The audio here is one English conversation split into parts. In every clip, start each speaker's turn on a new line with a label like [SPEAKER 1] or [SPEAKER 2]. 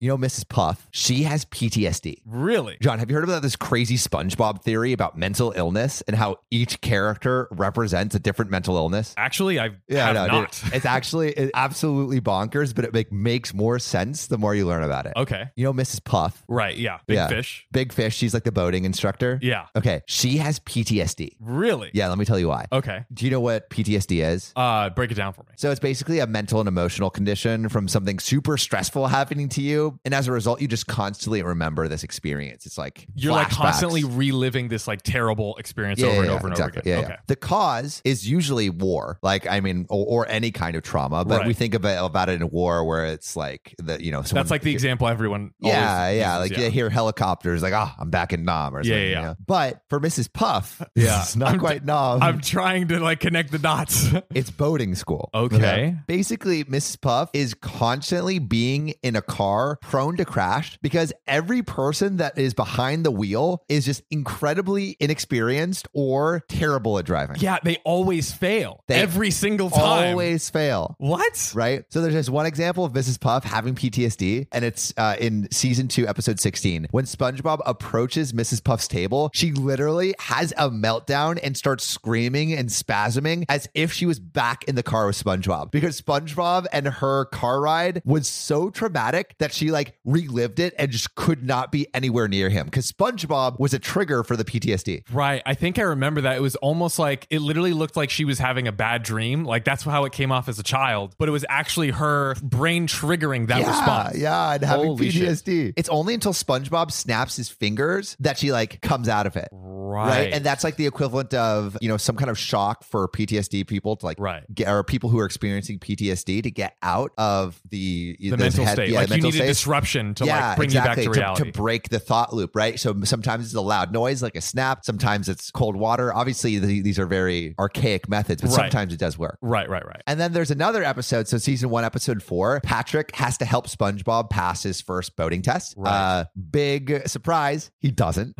[SPEAKER 1] You know, Mrs. Puff, she has PTSD.
[SPEAKER 2] Really?
[SPEAKER 1] John, have you heard about this crazy SpongeBob theory about mental illness and how each character represents a different mental illness?
[SPEAKER 2] Actually, I have
[SPEAKER 1] no,
[SPEAKER 2] not.
[SPEAKER 1] dude, it's actually it's absolutely bonkers, but it make, makes more sense the more you learn about it.
[SPEAKER 2] Okay.
[SPEAKER 1] You know, Mrs. Puff,
[SPEAKER 2] Right. Yeah. Big
[SPEAKER 1] Yeah.
[SPEAKER 2] fish.
[SPEAKER 1] Big Fish, she's like the boating instructor.
[SPEAKER 2] Yeah.
[SPEAKER 1] Okay, she has PTSD.
[SPEAKER 2] Really?
[SPEAKER 1] Yeah, let me tell you why.
[SPEAKER 2] Okay.
[SPEAKER 1] Do you know what PTSD is?
[SPEAKER 2] Uh, break it down for me.
[SPEAKER 1] So it's basically a mental and emotional condition from something super stressful happening to you, and as a result, you just constantly remember this experience. It's like
[SPEAKER 2] You're like
[SPEAKER 1] flashbacks.
[SPEAKER 2] constantly reliving this like terrible experience over and over and
[SPEAKER 1] exactly.
[SPEAKER 2] over again.
[SPEAKER 1] Yeah,
[SPEAKER 2] okay.
[SPEAKER 1] yeah. The cause is usually war, like I mean, or, or any kind of trauma. But
[SPEAKER 2] Right.
[SPEAKER 1] we think about about it in war, where it's like the you know someone,
[SPEAKER 2] That's like the example everyone. always
[SPEAKER 1] Yeah, yeah.
[SPEAKER 2] uses,
[SPEAKER 1] Like you hear helicopters, like ah, I'm back in Nam or
[SPEAKER 2] Yeah,
[SPEAKER 1] something.
[SPEAKER 2] yeah,
[SPEAKER 1] you
[SPEAKER 2] yeah.
[SPEAKER 1] know? But for Mrs. Puff,
[SPEAKER 2] Yeah.
[SPEAKER 1] it's not
[SPEAKER 2] I'm-
[SPEAKER 1] quite Nam.
[SPEAKER 2] I'm trying to like connect the dots.
[SPEAKER 1] It's boating school.
[SPEAKER 2] Okay.
[SPEAKER 1] Basically, Mrs. Puff is constantly being in a car prone to crash because every person that is behind the wheel is just incredibly inexperienced or terrible at driving.
[SPEAKER 2] yeah, they always fail
[SPEAKER 1] They
[SPEAKER 2] every single time.
[SPEAKER 1] Always fail.
[SPEAKER 2] What?
[SPEAKER 1] Right. So there's this one example of Mrs. Puff having PTSD, and it's uh, in season two, episode 16. When SpongeBob approaches Mrs. Puff's table, she literally has a meltdown and starts screaming and spasming as if she was back in the car with SpongeBob because SpongeBob and her car ride was so traumatic that she like relived it and just could not be anywhere near him because SpongeBob was a trigger for the PTSD.
[SPEAKER 2] Right. I think I remember that. It was almost like it literally looked like she was having a bad dream. Like that's how it came off as a child, but it was actually her brain triggering that
[SPEAKER 1] yeah,
[SPEAKER 2] response.
[SPEAKER 1] Yeah, and having
[SPEAKER 2] Holy shit.
[SPEAKER 1] PTSD. It's only until SpongeBob snaps his fingers that she like comes out of it.
[SPEAKER 2] Right.
[SPEAKER 1] Right. And that's like the equivalent of, you know, some kind of shock for PTSD people to like
[SPEAKER 2] Right.
[SPEAKER 1] get or people who are experiencing PTSD to get out of the
[SPEAKER 2] the
[SPEAKER 1] those
[SPEAKER 2] mental
[SPEAKER 1] head-
[SPEAKER 2] state.
[SPEAKER 1] Yeah,
[SPEAKER 2] like
[SPEAKER 1] the
[SPEAKER 2] you
[SPEAKER 1] mental
[SPEAKER 2] need a
[SPEAKER 1] states.
[SPEAKER 2] disruption to like bring you back to reality.
[SPEAKER 1] To, break the thought loop, right? So sometimes it's a loud noise like a snap. Sometimes it's cold water. Obviously, the, these are very archaic methods, but
[SPEAKER 2] Right.
[SPEAKER 1] sometimes it does work.
[SPEAKER 2] right, right, right.
[SPEAKER 1] And then there's another episode. So season one, episode four, Patrick has to help SpongeBob pass his first boating test.
[SPEAKER 2] Right.
[SPEAKER 1] Uh, big surprise, he doesn't.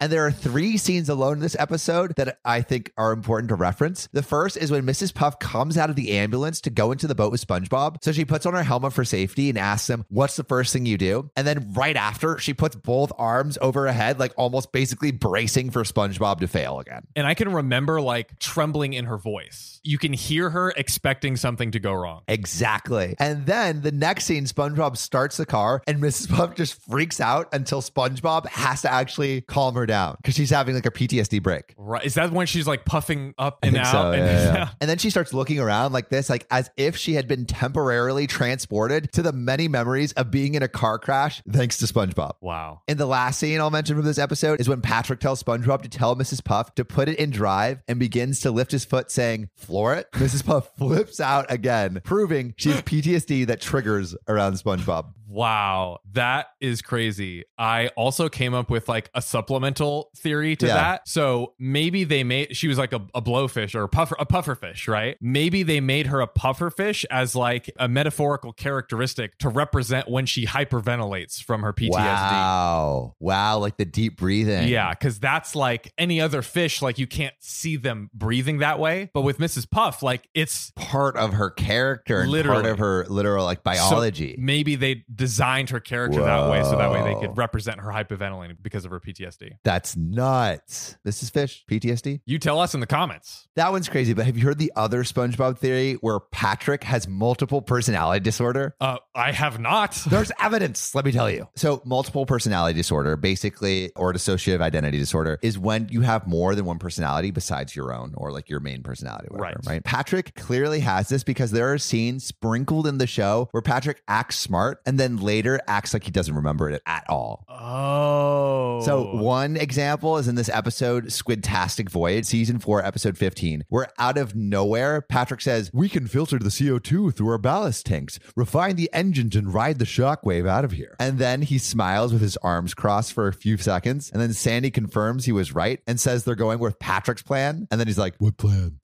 [SPEAKER 1] and there are three scenes alone in this episode that I think are important to reference. The first is when Mrs. Puff comes out of the ambulance to go into the boat with SpongeBob. So she puts on her helmet for safety and asks him, "What's the first thing you do?" And then right after, she puts both arms over her head, like almost basically bracing for SpongeBob to fail again.
[SPEAKER 2] And I can remember like trembling in her voice. You can hear her expecting something to go wrong.
[SPEAKER 1] Exactly. And then the next scene, SpongeBob starts the car and Mrs. Puff just freaks out until SpongeBob has to actually calm her down because she's having like a PTSD break.
[SPEAKER 2] Right. Is that when she's like puffing up
[SPEAKER 1] I
[SPEAKER 2] and
[SPEAKER 1] think
[SPEAKER 2] out?
[SPEAKER 1] so,
[SPEAKER 2] and,
[SPEAKER 1] yeah, yeah. And then she starts looking around like this, like as if she had been temporarily transported to the many memories of being in a car crash thanks to SpongeBob.
[SPEAKER 2] Wow.
[SPEAKER 1] And the last scene I'll mention from this episode is when Patrick tells SpongeBob to tell Mrs. Puff to put it in drive and begins to lift his foot, saying, floor it. Mrs. Puff flips out again, proving she has PTSD that triggers around SpongeBob.
[SPEAKER 2] Wow, that is crazy. I also came up with like a supplemental theory to
[SPEAKER 1] Yeah.
[SPEAKER 2] that. So maybe they made she was like a, a blowfish or a puffer a pufferfish, right? Maybe they made her a pufferfish as like a metaphorical characteristic to represent when she hyperventilates from her PTSD.
[SPEAKER 1] Wow. Wow. Like the deep breathing.
[SPEAKER 2] Yeah, because that's like any other fish, like you can't see them breathing that way. But with Mrs. Puff, like it's
[SPEAKER 1] Part of her character and part
[SPEAKER 2] Literally.
[SPEAKER 1] of her literal like
[SPEAKER 2] so
[SPEAKER 1] biology.
[SPEAKER 2] maybe they designed her character that way so that way they
[SPEAKER 1] Whoa.
[SPEAKER 2] could represent her hyperventilating because of her PTSD.
[SPEAKER 1] That's nuts. This is fish, PTSD.
[SPEAKER 2] You tell us in the comments.
[SPEAKER 1] That one's crazy, but have you heard the other SpongeBob theory where Patrick has multiple personality disorder?
[SPEAKER 2] Uh, I have not.
[SPEAKER 1] There's evidence, let me tell you. So, multiple personality disorder, basically, or dissociative identity disorder, is when you have more than one personality besides your own or like your main personality, whatever,
[SPEAKER 2] Right.
[SPEAKER 1] right? Patrick clearly has this because there are scenes sprinkled in the show where Patrick acts smart and then later acts like he doesn't remember it at all.
[SPEAKER 2] Oh.
[SPEAKER 1] So one example is in this episode, Squidtastic Voyage, season four, episode 15, where out of nowhere, Patrick says, We can filter the CO2 through our ballast tanks, refine the engines, and ride the shockwave out of here. And then he smiles with his arms crossed for a few seconds. And then Sandy confirms he was right and says they're going with Patrick's plan. And then he's like, What plan?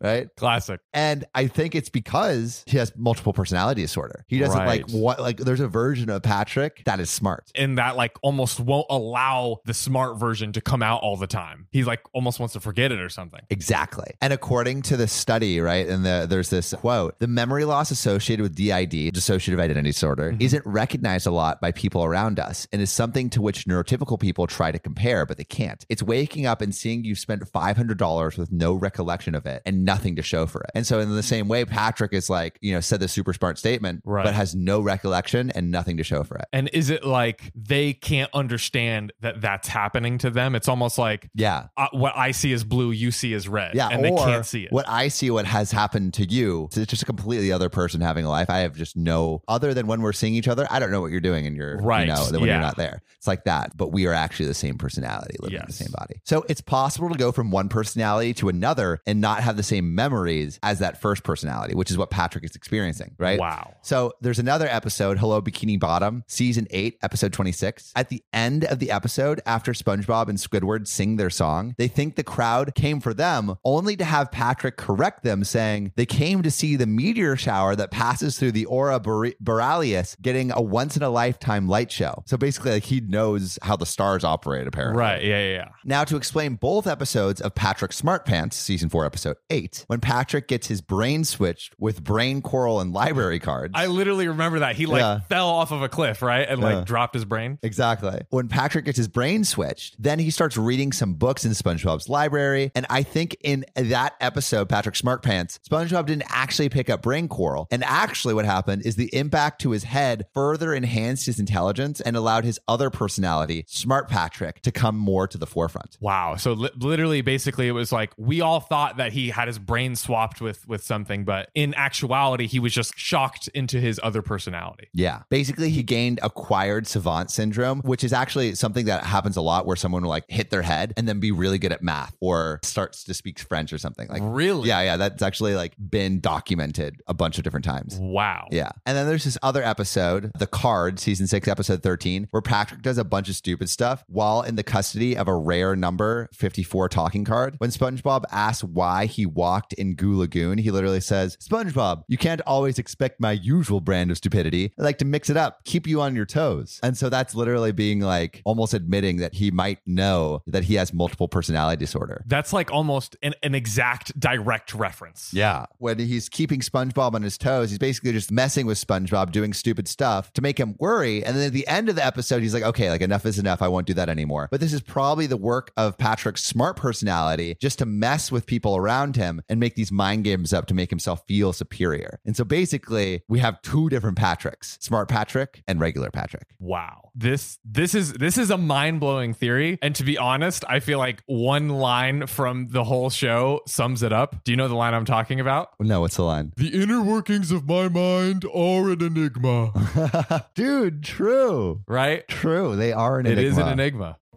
[SPEAKER 1] right?
[SPEAKER 2] Classic.
[SPEAKER 1] And I think it's because he has multiple personality disorder. He doesn't
[SPEAKER 2] Right.
[SPEAKER 1] like what like there's a version of Patrick that is smart.
[SPEAKER 2] And that like almost won't allow the smart version to come out all the time. He like almost wants to forget it or something.
[SPEAKER 1] Exactly. And according to the study, right, and the, there's this quote the memory loss associated with DID, dissociative identity disorder,
[SPEAKER 2] Mhm.
[SPEAKER 1] isn't recognized a lot by people around us and is something to which neurotypical people try to compare, but they can't. It's waking up and seeing you've spent $500 with no recollection of it and nothing to show for it. And so, in the same way, Patrick is like, you know, said the super smart statement,
[SPEAKER 2] Right.
[SPEAKER 1] but has no recollection and nothing to show for it.
[SPEAKER 2] And is it like they can't understand that that's happening to them? It's almost like
[SPEAKER 1] Yeah.
[SPEAKER 2] uh, what I see is blue, you see is red.
[SPEAKER 1] Yeah,
[SPEAKER 2] And
[SPEAKER 1] or
[SPEAKER 2] they can't see it.
[SPEAKER 1] What I see, what has happened to you, so it's just a completely other person having a life. I have just no other than when we're seeing each other. I don't know what you're doing, and you're
[SPEAKER 2] Right,
[SPEAKER 1] You know, than when
[SPEAKER 2] yeah.
[SPEAKER 1] you're not there. It's like that, but we are actually the same personality living in the
[SPEAKER 2] Yes.
[SPEAKER 1] same body. So it's possible to go from one personality to another and not have the same memories as that first personality, which is what Patrick is experiencing, right?
[SPEAKER 2] Wow.
[SPEAKER 1] So there's another episode, Hello Bikini Bottom, season eight, episode 26. At the end of the episode, after SpongeBob and Squidward sing their song, they think the crowd came for them, only to have Patrick correct them, saying they came to see the meteor shower that passes through the aura Bore- borealis, getting a once in a lifetime light show. So basically, like he knows how the stars operate, apparently.
[SPEAKER 2] Right. Yeah. Yeah. yeah.
[SPEAKER 1] Now, to explain both episodes of Patrick Smart Pants, season four, episode eight, when Patrick gets his brain switched with brain coral and library cards.
[SPEAKER 2] I literally remember that. He like
[SPEAKER 1] Yeah.
[SPEAKER 2] fell off of a cliff, right? And like
[SPEAKER 1] Yeah.
[SPEAKER 2] dropped his brain.
[SPEAKER 1] Exactly. When Patrick gets his brain switched, then he starts reading some books in SpongeBob's library. And I think in that episode, Patrick Smart Pants, SpongeBob didn't actually pick up brain coral. And actually, what happened is the impact to his head further enhanced his intelligence and allowed his other personality, Smart Patrick, to come more to the forefront.
[SPEAKER 2] Wow. So li- literally, basically, it was like we all thought that he had his brain swapped with with something, but in actuality, he was just shocked into his other personality.
[SPEAKER 1] Yeah. Basically, he gained acquired savant syndrome, which is actually something that happens a lot where someone will like hit their head and then be really good at math or starts to speak French or something like
[SPEAKER 2] really?
[SPEAKER 1] Yeah, yeah, that's actually like been documented a bunch of different times.
[SPEAKER 2] Wow.
[SPEAKER 1] Yeah. And then there's this other episode, The Card, season six, episode 13, where Patrick does a bunch of stupid stuff while in the custody of a rare number 54 talking card. When SpongeBob asks why he walked in Goo Lagoon, he literally says, SpongeBob, you can't always expect my usual brand of stupidity. I like to mix it up, keep you on your toes. And so that's literally being like almost admitting that he might know that he has multiple personality disorder.
[SPEAKER 2] That's like almost an, an exact direct reference.
[SPEAKER 1] Yeah. When he's keeping SpongeBob on his toes, he's basically just messing with SpongeBob, doing stupid stuff to make him worry. And then at the end of the episode, he's like, okay, like enough is enough. I won't do that anymore. But this is probably the work of Patrick's smart personality just to mess with people around him and make these mind games up to make himself feel superior. And so basically, we have two different Patricks smart Patrick and regular Patrick.
[SPEAKER 2] Wow. This this is this is a mind-blowing theory. And to be honest, I feel like one line from the whole show sums it up. Do you know the line I'm talking about?
[SPEAKER 1] No, what's the line?
[SPEAKER 2] The inner workings of my mind are an enigma.
[SPEAKER 1] Dude, true.
[SPEAKER 2] Right?
[SPEAKER 1] True. They are an
[SPEAKER 2] It
[SPEAKER 1] enigma.
[SPEAKER 2] is an enigma.